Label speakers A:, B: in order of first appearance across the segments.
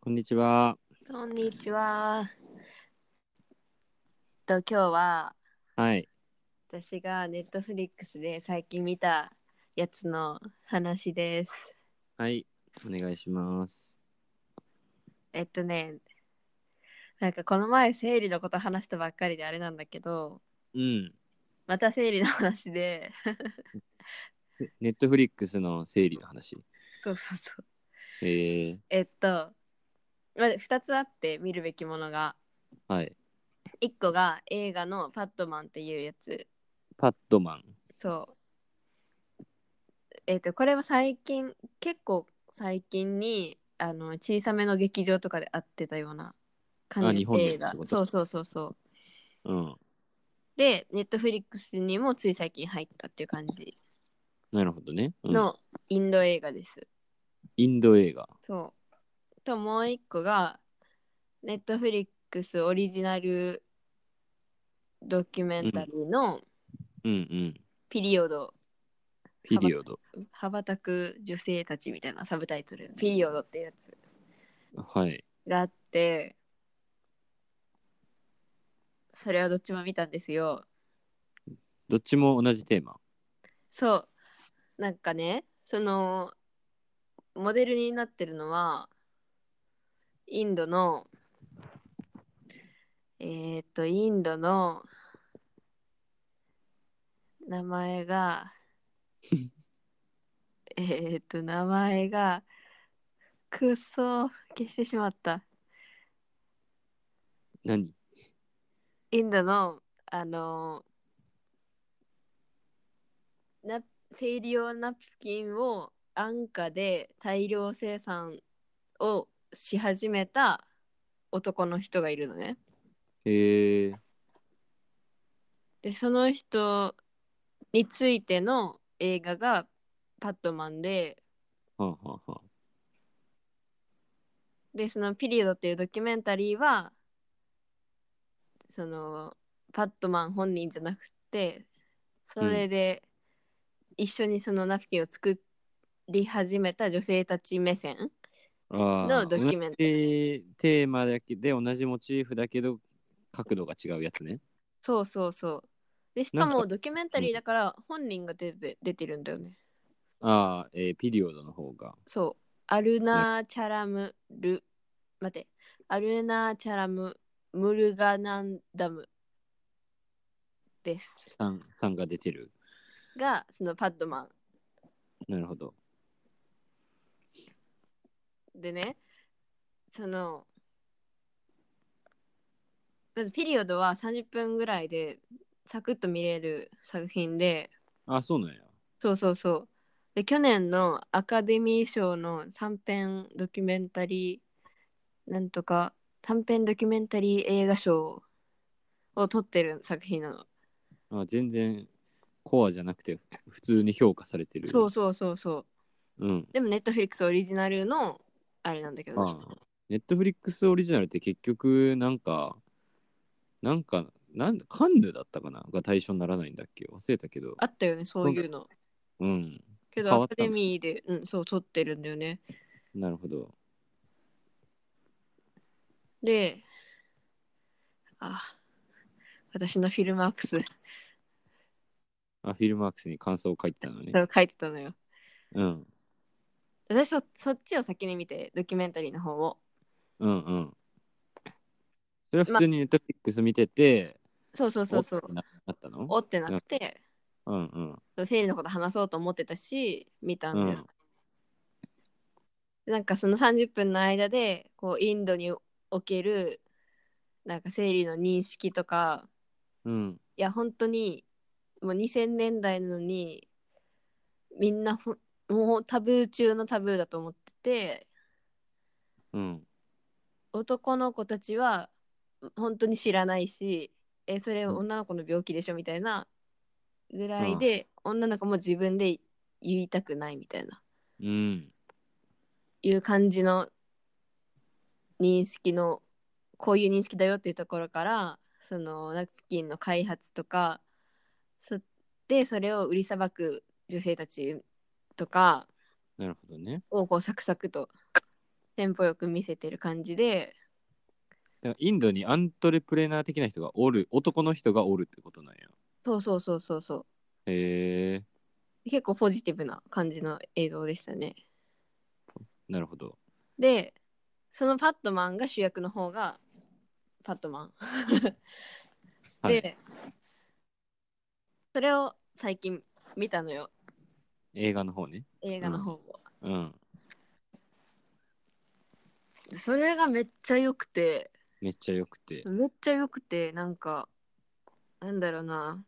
A: こんにちは。
B: こんにちは。えっと今日は
A: はい。
B: 私がネットフリックスで最近見たやつの話です。
A: はい。お願いします。
B: えっとね、なんかこの前生理のこと話したばっかりであれなんだけど、
A: うん。
B: また生理の話で、
A: ネットフリックスの整理の話。
B: そうそうそう。
A: えー、
B: えっと、まあ、2つあって見るべきものが、
A: はい。
B: 1個が映画のパットマンっていうやつ。
A: パッドマン。
B: そう。えっ、とこれは最近結構最近にあの小さめの劇場とかで会ってたような感
A: あ日
B: じ
A: 本で
B: 映画
A: ってこと
B: そうそうそうそう
A: うん。
B: でネットフリックスにもつい最近入ったっていう感じ
A: なるほどね。うん、
B: のインド映画です、
A: インド映画。
B: そうともう一個がネットフリックスオリジナルドキュメンタリーの
A: うんうん。
B: ピリオド
A: ピリオド。
B: 羽ばたく女性たちみたいなサブタイトルピリオドってやつ
A: はい。
B: があってそれはどっちも見たんですよ
A: どっちも同じテーマ。
B: そうなんかねそのモデルになってるのはインドのえーっとインドの名前がえーっと名前がくっそ消してしまった
A: 何
B: インドのあのな生理用ナプキンを安価で大量生産をし始めた男の人がいるのね。
A: えー、
B: でその人についての映画がパットマンで
A: はあ、はあはあ、
B: でその「ピリオド」っていうドキュメンタリーはそのパットマン本人じゃなくてそれで一緒にそのナプキンを作り始めた女性たち目線
A: あ
B: のドキュメンタ
A: リー。同じテーマだけで同じモチーフだけど角度が違うやつね。
B: そうそうそうでしか
A: なんか
B: もドキュメンタリーだから本人が出て出てるんだよね
A: ああ、えー、ピリオドの方が。
B: そうアルナーチャラムル待ってアルナーチャラムムルガナンダムです
A: さんさんが出てる。
B: がそのパットマン
A: なるほど。
B: でねそのまずピリオドは30分ぐらいでサクッと見れる作品で
A: あ、そうなんや。
B: そうそうそうで去年のアカデミー賞の短編ドキュメンタリーなんとか短編ドキュメンタリー映画賞を取ってる作品なの
A: あ全然コアじゃなくて普通に評価されてる。
B: そうそうそうそう
A: うん。
B: でもネットフリックスオリジナルのあれなんだけどね、
A: あネットフリックスオリジナルって結局なんかなんかなんカンヌだったかなが対象にならないんだっけ忘れたけど。
B: あったよねそういうの
A: うん。
B: けど
A: 変わ
B: ア
A: っ
B: カ
A: た
B: デ
A: の
B: ミーでうんそう取ってるんだよね
A: なるほど。
B: で、あ、私のフィルマークス
A: あフィルマークスに感想を書いてたのね。
B: を書いてたのよ。
A: うん。
B: 私そそっちを先に見て、ドキュメンタリーの方を。
A: うんうん。それは普通にネットフリックス見てて、
B: そうそうそうそう
A: おっ。てななったの
B: おってなって、
A: うんうん。
B: 生理のこと話そうと思ってたし、見たんだよ。
A: うん
B: なんかその30分の間で、こう、インドにおける、なんか生理の認識とか、
A: うん。
B: いや本当にもう2000年代なのにみんなほもうタブー中のタブーだと思ってて
A: うん。
B: 男の子たちは本当に知らないしえそれ
A: うん
B: 女の子の病気でしょみたいなぐらいで、女の子も自分で言いたくないみたいな
A: うん。
B: いう感じの認識のこういう認識だよっていうところからそのナプキンの開発とかそってそれを売りさばく女性たちとか
A: なるほどね。
B: をこうサクサクとテンポよく見せてる感じで
A: だからインドにアントレプレナー的な人がおる、男の人がおるってことなんや。
B: そうそうそうそうそ
A: へえ
B: う結構ポジティブな感じの映像でしたね。
A: なるほど。
B: でそのパットマンが主役の方がパットマン。
A: はい
B: でそれを最近見たのよ
A: 映画の方ね。
B: 映画の方を。
A: うん。
B: それがめっちゃ良くて
A: めっちゃ良くて。
B: めっちゃ良くてなんかなんだろうな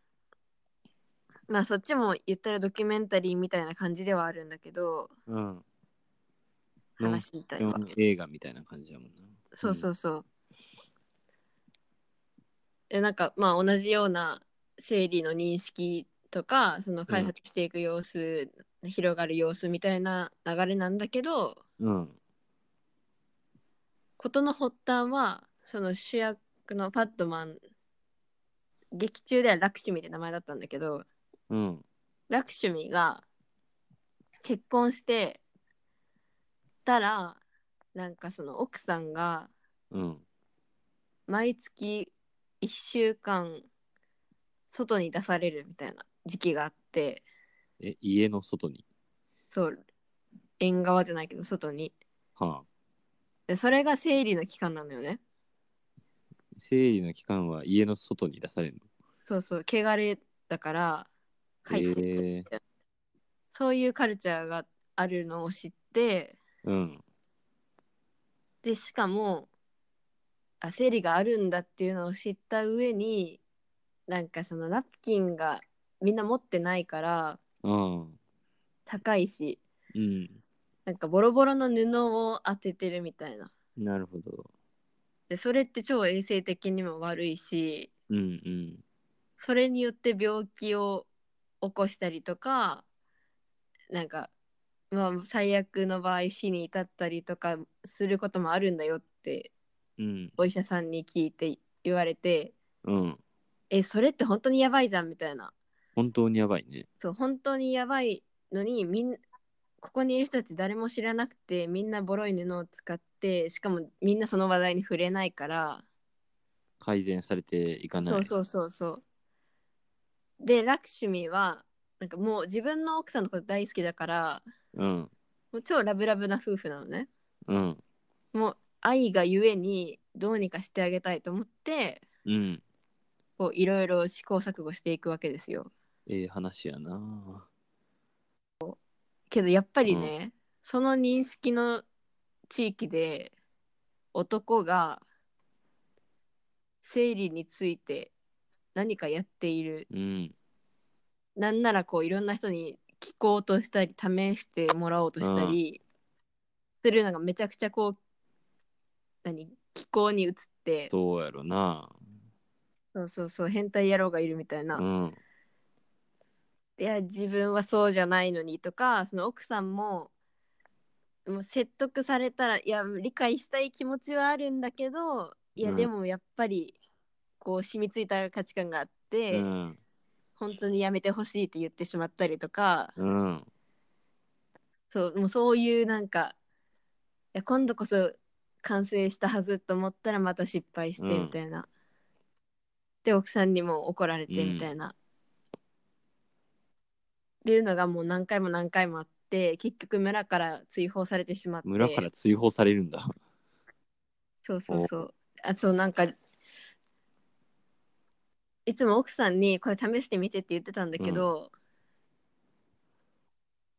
B: まあそっちも言ったらドキュメンタリーみたいな感じではあるんだけど
A: うん。ノンフ
B: 話自体
A: ィ
B: は
A: クション映画みたいな感じだもんな。
B: そうそううそうでなんかまあ同じような生理の認識とかその開発していく様子、広がる様子みたいな流れなんだけど
A: ん。うん。
B: 事の発端はその主役のパッドマン劇中ではラクシュミって名前だったんだけど
A: うん。
B: ラクシュミが結婚してたらなんかその奥さんが
A: うん。
B: 毎月1週間外に出されるみたいな時期があって
A: え、家の外に。
B: そう縁側じゃないけど外に
A: はあ。
B: でそれが生理の期間なのよね
A: 生理の期間は家の外に出されるの。
B: そうそう汚れだから帰っちゃう
A: へえ
B: そういうカルチャーがあるのを知って
A: うん。
B: でしかもあ生理があるんだっていうのを知った上になんかそのナプキンがみんな持ってないから
A: うん。
B: 高いし
A: うん。
B: なんかボロボロの布を当ててるみたいな
A: なるほど。
B: でそれって超衛生的にも悪いし
A: うんうん。
B: それによって病気を起こしたりとかなんか、まあ、最悪の場合死に至ったりとかすることもあるんだよって
A: うん。
B: お医者さんに聞いて言われて
A: うん。
B: えそれって本当にやばいじゃんみたいな
A: 本当にやばいね。
B: そう本当にやばいのにみんここにいる人たち誰も知らなくてみんなボロい布を使ってしかもみんなその話題に触れないから
A: 改善されていかない。
B: そうそうそうそうでラクシュミはなんかもう自分の奥さんのこと大好きだから
A: うん。
B: もう超ラブラブな夫婦なのね
A: うん。
B: もう愛がゆえにどうにかしてあげたいと思って
A: うん。
B: こういろいろ試行錯誤していくわけですよ
A: ええ話やな。
B: けどやっぱりね、その認識の地域で男が生理について何かやっている
A: うん。
B: なんならこういろんな人に聞こうとしたり試してもらおうとしたりするのがめちゃくちゃこう何気候に移って
A: どうやろな。
B: そうそうそう変態野郎がいるみたいな、
A: うん。
B: いや自分はそうじゃないのにとかその奥さんももう説得されたらいや理解したい気持ちはあるんだけどいや、
A: うん
B: でもやっぱりこう染みついた価値観があって、
A: うん。
B: 本当にやめてほしいって言ってしまったりとか
A: うん。
B: そうもうそういうなんかいや今度こそ完成したはずと思ったらまた失敗して
A: うん
B: みたいな、で奥さんにも怒られて
A: うん
B: みたいな、っていうのがもう何回も何回もあって結局村から追放されてしまって
A: 村から追放されるんだ。
B: そうそうそうあそうなんかいつも奥さんにこれ試してみてって言ってたんだけど、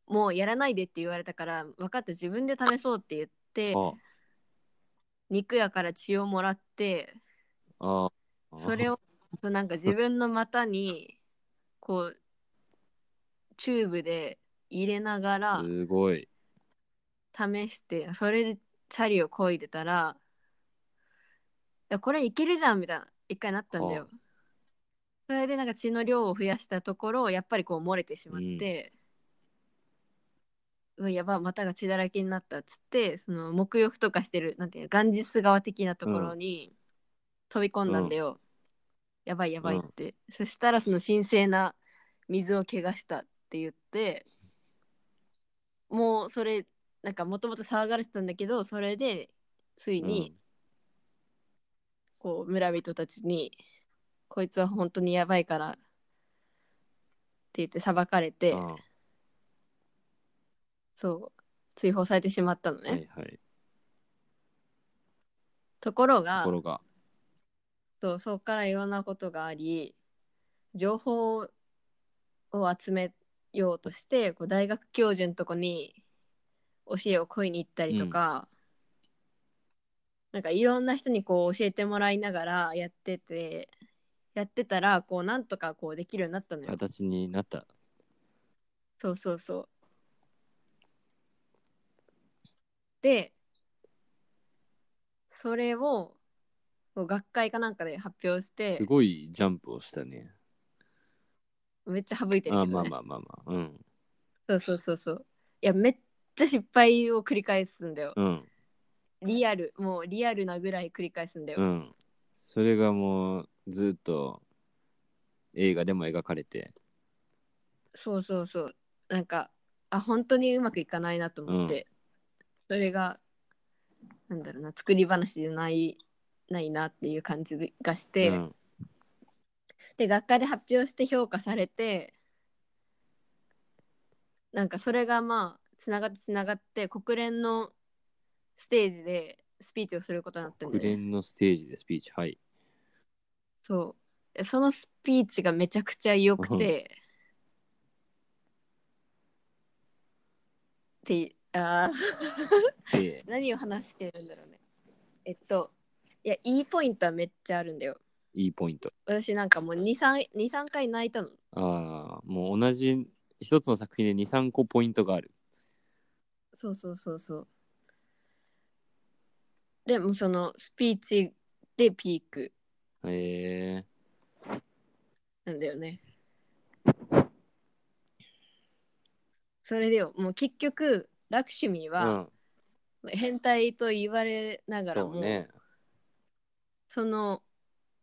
B: もうやらないでって言われたから分かった自分で試そうって言って
A: あ
B: 肉屋から血をもらって
A: あ。ああ
B: それ。をなんか自分の股にこうチューブで入れながら
A: すごい。
B: 試してそれでチャリを漕いでたらいやこれいけるじゃんみたいな一回なったんだよ。それでなんか血の量を増やしたところやっぱりこう漏れてしまって、うわやば股が血だらけになったっつってその沐浴とかしてるなんていうのガンジス川的なところに飛び込んだんだよ、やばいやばいって、そしたらその神聖な水を怪我したって言ってもうそれなんかもともと騒がれてたんだけどそれでついに、こう村人たちに「こいつは本当にやばいから」って言って裁かれ
A: う
B: て
A: ん、あ
B: そう追放されてしまったのね。
A: あはいはい。
B: ところが
A: ところが。
B: そうそこからいろんなことがあり情報を集めようとしてこう大学教授のとこに教えを請いに行ったりとか、なんかいろんな人にこう教えてもらいながらやっててやってたらこうなんとかこうできるようになったのよ。
A: 形になった。
B: そうそうそう。でそれをこう学会かなんかで発表して。
A: すごいジャンプをしたね。
B: めっちゃ省いてる
A: あ
B: けど、
A: あ
B: ね、
A: まあまあまあまあ。うん。
B: そうそうそうそういやめっちゃ失敗を繰り返すんだよ
A: うん。
B: リアルもうリアルなぐらい繰り返すんだよ、
A: うん。それがもうずっと映画でも描かれて。
B: そうそうそうなんかあ本当にうまくいかないなと思って、それがなんだろうな作り話じゃないないなっていう感じがして、
A: うん、
B: で学会で発表して評価されてなんかそれがまあつながってつながって国連のステージでスピーチをすることになったんだ
A: 国
B: よね
A: 連のステージでスピーチ。はい。
B: そうえそのスピーチがめちゃくちゃ良くて、ってあー
A: で、
B: 何を話してるんだろうねえっといやいいポイントはめっちゃあるんだよ
A: いいポイント。
B: 私なんかもう23 23回泣いたの
A: ああ、もう同じ一つの作品で2、3個ポイントがある。
B: そうそうそうそうでもそのスピーチでピーク
A: へえ
B: なんだよね。それでよもう結局ラクシュミーは
A: うん。
B: 変態と言われながらも、
A: そうね。
B: その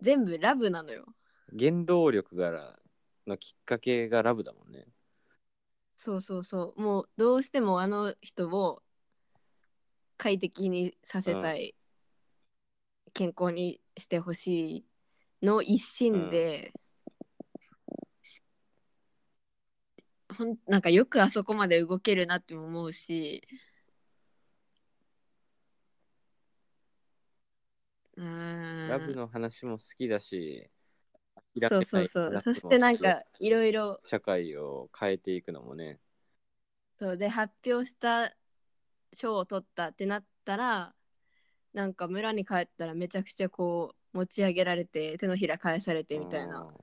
B: 全部ラブなのよ。
A: 原動力がのきっかけがラブだもんね。
B: そうそうそうもうどうしてもあの人を快適にさせたい、健康にしてほしいの一心で、ほんなんかよくあそこまで動けるなっても思うしうーん
A: ラブの話も好きだし、
B: そうそう
A: 諦
B: そ
A: めない
B: うそしてなんかいろいろ
A: 社会を変えていくのもね。
B: そうで発表した賞を取ったってなったらなんか村に帰ったらめちゃくちゃこう持ち上げられて手のひら返されてみたいな
A: うん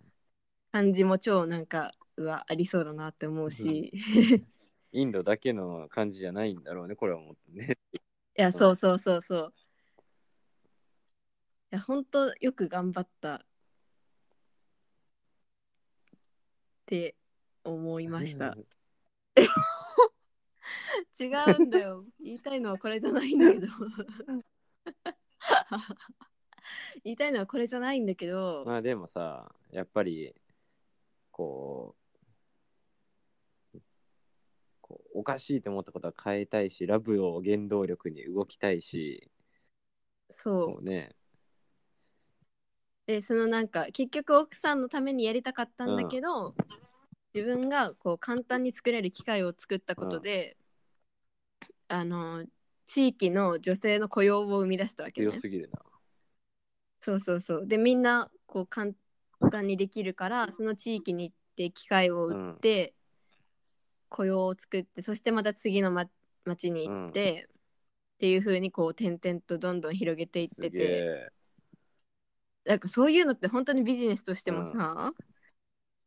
B: 感じも超なんかうわありそうだなって思うし、い
A: インドだけの感じじゃないんだろうね、これはもうね。
B: やそうそうそうそういや本当よく頑張ったって思いました。違うんだよ 言いたいのはこれじゃないんだけど 言いたいのはこれじゃないんだけど、
A: まあでもさ、やっぱり、こう、こうおかしいと思ったことは変えたいし、ラブを原動力に動きたいし、
B: そ
A: こ
B: う
A: うね、
B: でそのなんか結局奥さんのためにやりたかったんだけど、自分がこう簡単に作れる機会を作ったことで、あの地域の女性の雇用を生み出したわけ
A: 強
B: ね
A: すぎるな。
B: そうそうそうでみんなこう簡単にできるからその地域に行って機会を
A: う
B: 売っ
A: ん、
B: て雇用を作ってそしてまた次の、ま、町に行って、っていう風にこう転々とどんどん広げていっ
A: す
B: て
A: げ
B: て
A: え。
B: なんかそういうのって本当にビジネスとしてもさ、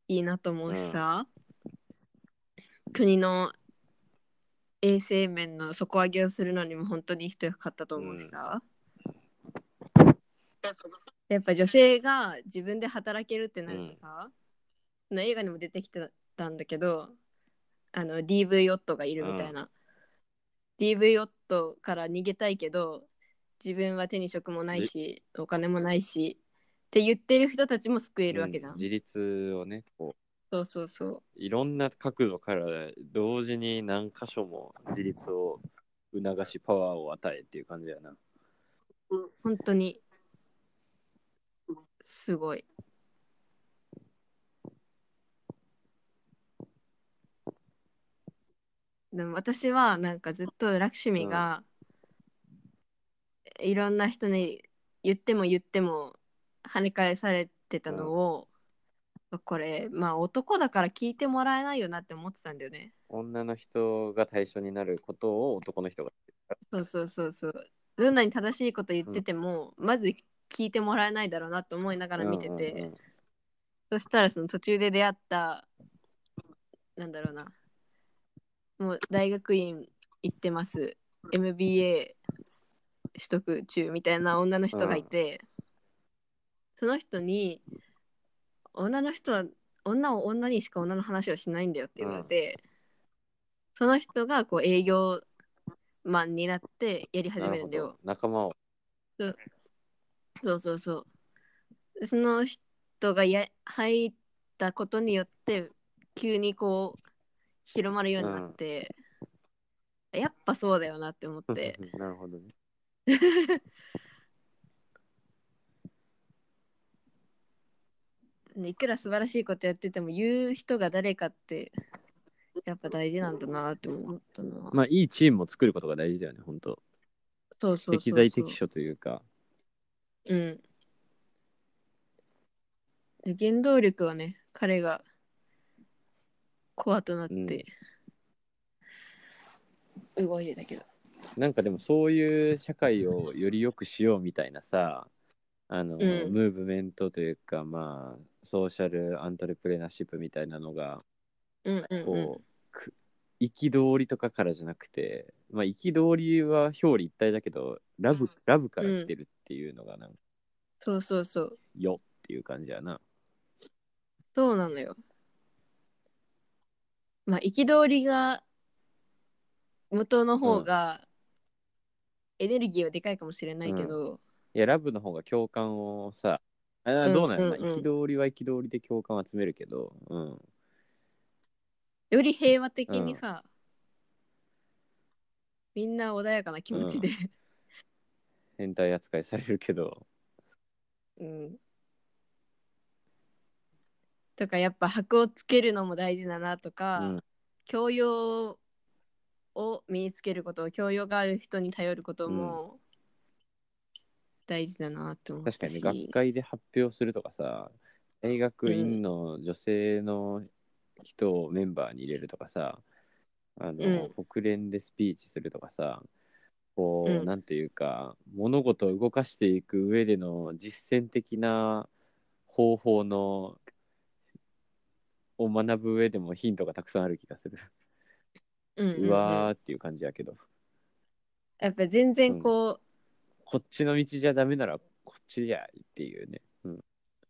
B: いいなと思うしさ、国の衛生面の底上げをするのにも本当に人よかったと思うしさ、やっぱ女性が自分で働けるってなるとさ、その映画にも出てきてたんだけどあの DV ヨットがいるみたいな、DV ヨットから逃げたいけど自分は手に職もないしお金もないしって言ってる人たちも救えるわけじゃん、
A: 自立をね、こ
B: そうそうそう。
A: いろんな角度から同時に何箇所も自立を促しパワーを与えっていう感じやな。
B: 本当にすごいでも私はなんかずっとラクシミがいろんな人に言っても言っても跳ね返されてたのを、これまあ男だから聞いてもらえないよなって思ってたんだよね
A: 女の人が対象になることを男の人が。
B: そうそうそうそうどんなに正しいこと言ってても、まず聞いてもらえないだろうなと思いながら見てて、
A: うんうんうん
B: そしたらその途中で出会ったなんだろうなもう大学院行ってます MBA 取得中みたいな女の人がいて、その人に女の人は女を女にしか女の話をしないんだよって言われて、その人がこう営業マンになってやり始めるん
A: な
B: だよ
A: ほど。仲間を。
B: そうそうそう。その人がや入ったことによって急にこう広まるようになって、やっぱそうだよなって思って、
A: なるほどね。
B: いくら素晴らしいことやってても言う人が誰かってやっぱ大事なんだなって思ったな。
A: まあいいチームを作ることが大事だよね、本当
B: そうそうそうそう。
A: 適材適所というか。
B: うん。原動力はね、彼がコアとなって動いてたけど。
A: なんかでもそういう社会をより良くしようみたいなさあの、
B: うん
A: ムーブメントというかまあソーシャルアントレプレナーシップみたいなのが
B: うんうん
A: こう、
B: うん。
A: く憤りとかからじゃなくてまあ憤りは表裏一体だけどラブラブから来てるっていうのがなんか、
B: そうそうそう。
A: よっていう感じやな。
B: そうなのよ。まあ、憤りが元の方がエネルギーはでかいかもしれないけど、
A: いやラブの方が共感をさあ
B: うん
A: どうなんやろな
B: うんうん
A: 憤りは憤りで共感を集めるけど、うん、
B: より平和的にさ、みんな穏やかな気持ちで、
A: 変態扱いされるけど
B: うんとかやっぱ箔をつけるのも大事だなとか、
A: うん
B: 教養を身につけること教養がある人に頼ることも大事だなって思っ
A: 確か
B: た
A: に
B: し、
A: ね学会で発表するとかさ大学院の女性の人をメンバーに入れるとかさ、あの国連でスピーチするとかさこう、
B: うん
A: なんていうか物事を動かしていく上での実践的な方法のを学ぶ上でもヒントがたくさんある気がする。
B: うんうんうん
A: うわーっていう感じやけど、
B: やっぱ全然こ
A: こっちの道じゃダメならこっちじゃっていうね。うん、
B: う、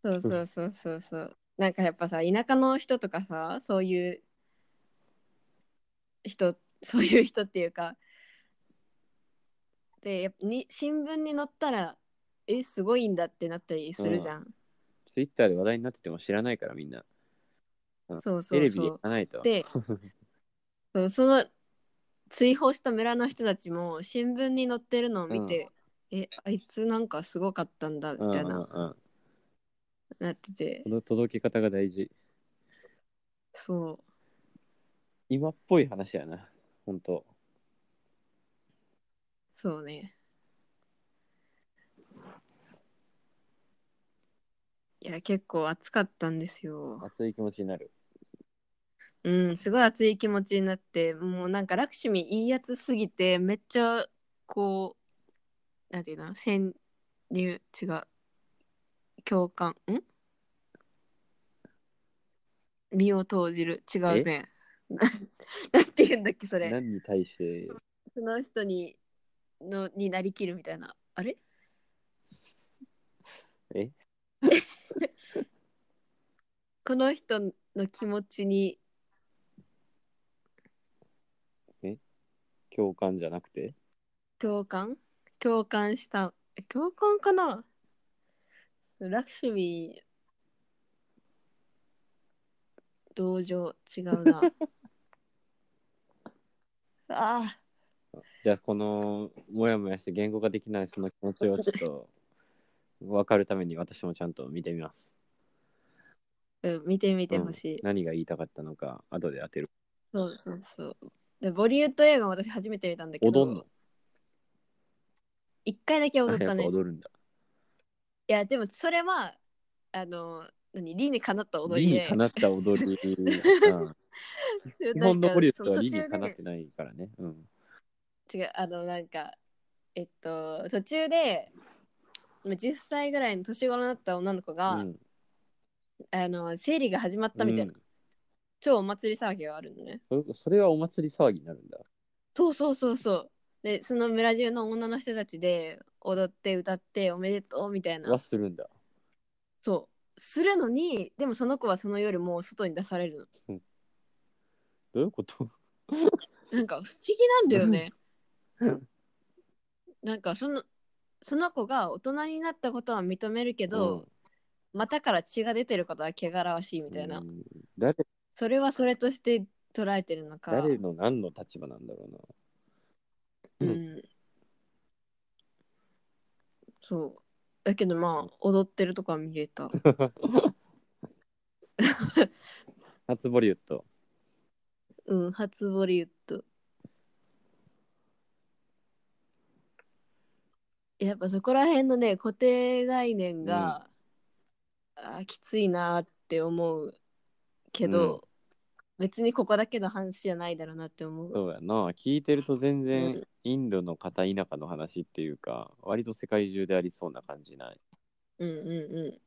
B: そうそうそうそうそうなんかやっぱさ田舎の人とかさそういう人そういう人っていうかでやっぱに新聞に載ったらえすごいんだってなったりするじゃん、
A: ツイッターで話題になってても知らないからみんな。うん
B: そうそ
A: テレ
B: う
A: ビで
B: そ
A: 行
B: う
A: かないと。
B: でそうその追放した村の人たちも新聞に載ってるのを見て、えあいつなんかすごかったんだ
A: うん
B: み
A: うんう
B: たい
A: ん、
B: な、
A: こ
B: なってて
A: の届け方が大事。
B: そう
A: 今っぽい話やな。本当。
B: そうね。いや、結構暑かったんですよ。
A: 熱い気持ちになる。
B: うん、すごい暑い気持ちになって、もうなんかラクシミいいやつすぎて、めっちゃこう、なんていうの、潜入、違う、共感、ん身を投じる、違うね。な なんて言うんだっけ、それ。
A: 何に対して。
B: その人に、のになりきるみたいな。あれ
A: え
B: この人の気持ちに
A: 共感じゃなくて
B: 共感共感した共感かなラクシミ同情違 うなあ
A: じゃあこのモヤモヤして言語化できないその気持ちをちょっと分かるために私もちゃんと見てみます。
B: ーうん見てみてほしい、
A: 何が言いたかったのか後で当てる。
B: そうそうそうでボリウッド映画も私初めて見たんだけ
A: 踊んの
B: ど一回だけ踊っ
A: あ
B: た
A: やっ
B: ね
A: ぱ踊るんだ。
B: いやでもそれはあの何理にかなった踊
A: 理
B: り
A: に
B: で
A: か なった踊り。うん日本のボリュードは理
B: 途
A: に
B: 中
A: かなっ
B: で
A: てないからね。うん。
B: 違うあのなんかえっと途中でまあ10歳ぐらいの年頃になった女の子が、
A: うん
B: あの生理が始まったみたいな、
A: うん
B: 超お祭り騒ぎがあるのね
A: それそれはお祭り騒ぎになるんだ。
B: そうそうそうそうでその村中の女の人たちで踊って歌っておめでとうみたい
A: は
B: な
A: するんだ。
B: そうするのにでもその子はその夜もう外に出される
A: どういうこと
B: のなんか不思議なんだよ ねなんかそのその子が大人になったことは認めるけど、股から血が出てることは汚らわしいみたいな、
A: うん誰
B: それはそれとして捉えてるのか
A: 誰の何の立場なんだろうな。
B: うんそうだけどまあ踊ってるとか見 れた
A: 初ボリュッド。
B: うん初ボリウッドやっぱそこら辺のね固定概念が、あーきついなーって思うけど、別にここだけの話じゃないだろうなって思う
A: そうやな。聞いてると全
B: う
A: 然インドの片田舎の話っていうか、割と世界中でありそうな感じない。
B: うんう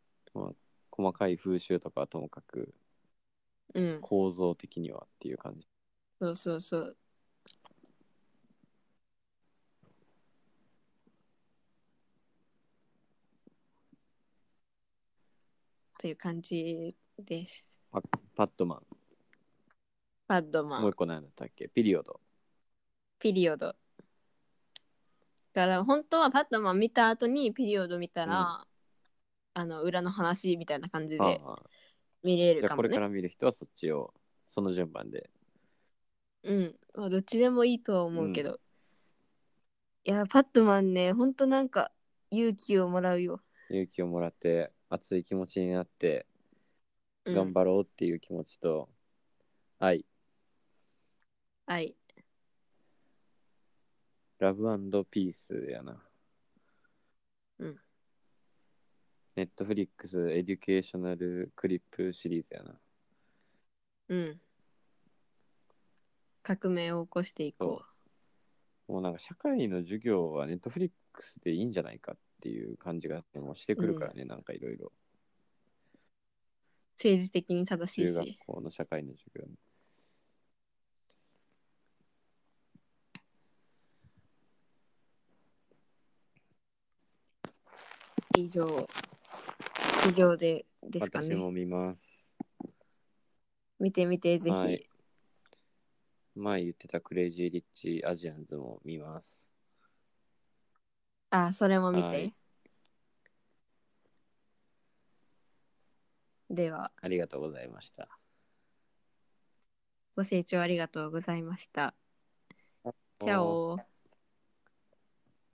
A: 細かい風習とかはともかく
B: んうんうん
A: 構造的にはっていう感じ。
B: そうそうそうという感じです
A: パッドマン。
B: パッドマ
A: もう
B: ン
A: 一個何だったっけピリオド。
B: ピリオドだから本当はパッドマン見た後にピリオド見たら、あの裏の話みたいな感じ
A: あ
B: で
A: あ
B: 見れ
A: じ
B: る
A: ゃあ
B: か
A: こ
B: も
A: れか
B: ね
A: ら見る人はそっちを、その順番で。
B: うんまあどっちでもいいとは思うけど、いやパッドマンね本当なんか勇気をもらうよ、
A: 勇気をもらって、熱い気持ちになって、
B: うん、
A: 頑張ろうっていう気持ちと、愛、
B: はい
A: ラブピースやな。
B: うん。
A: ネットフリックスエデュケーショナルクリップシリーズやな。
B: うん。革命を起こしていこ
A: もうなんか社会の授業はネットフリックスでいいんじゃないかっていう感じがもうしてくるからね、なんかいろいろ。
B: う。政治的に正しい
A: 中学
B: し。
A: 校の社会の授業に。
B: 以上。以上でですか
A: 私も
B: ね。
A: 見ます。
B: 見てみて、ぜひ。
A: はい前言ってたクレイジーリッチアジアンズも見ます。
B: あ、それも見て。
A: はい
B: では、
A: ありがとうございました。
B: ご清聴ありがとうございました。チャオ。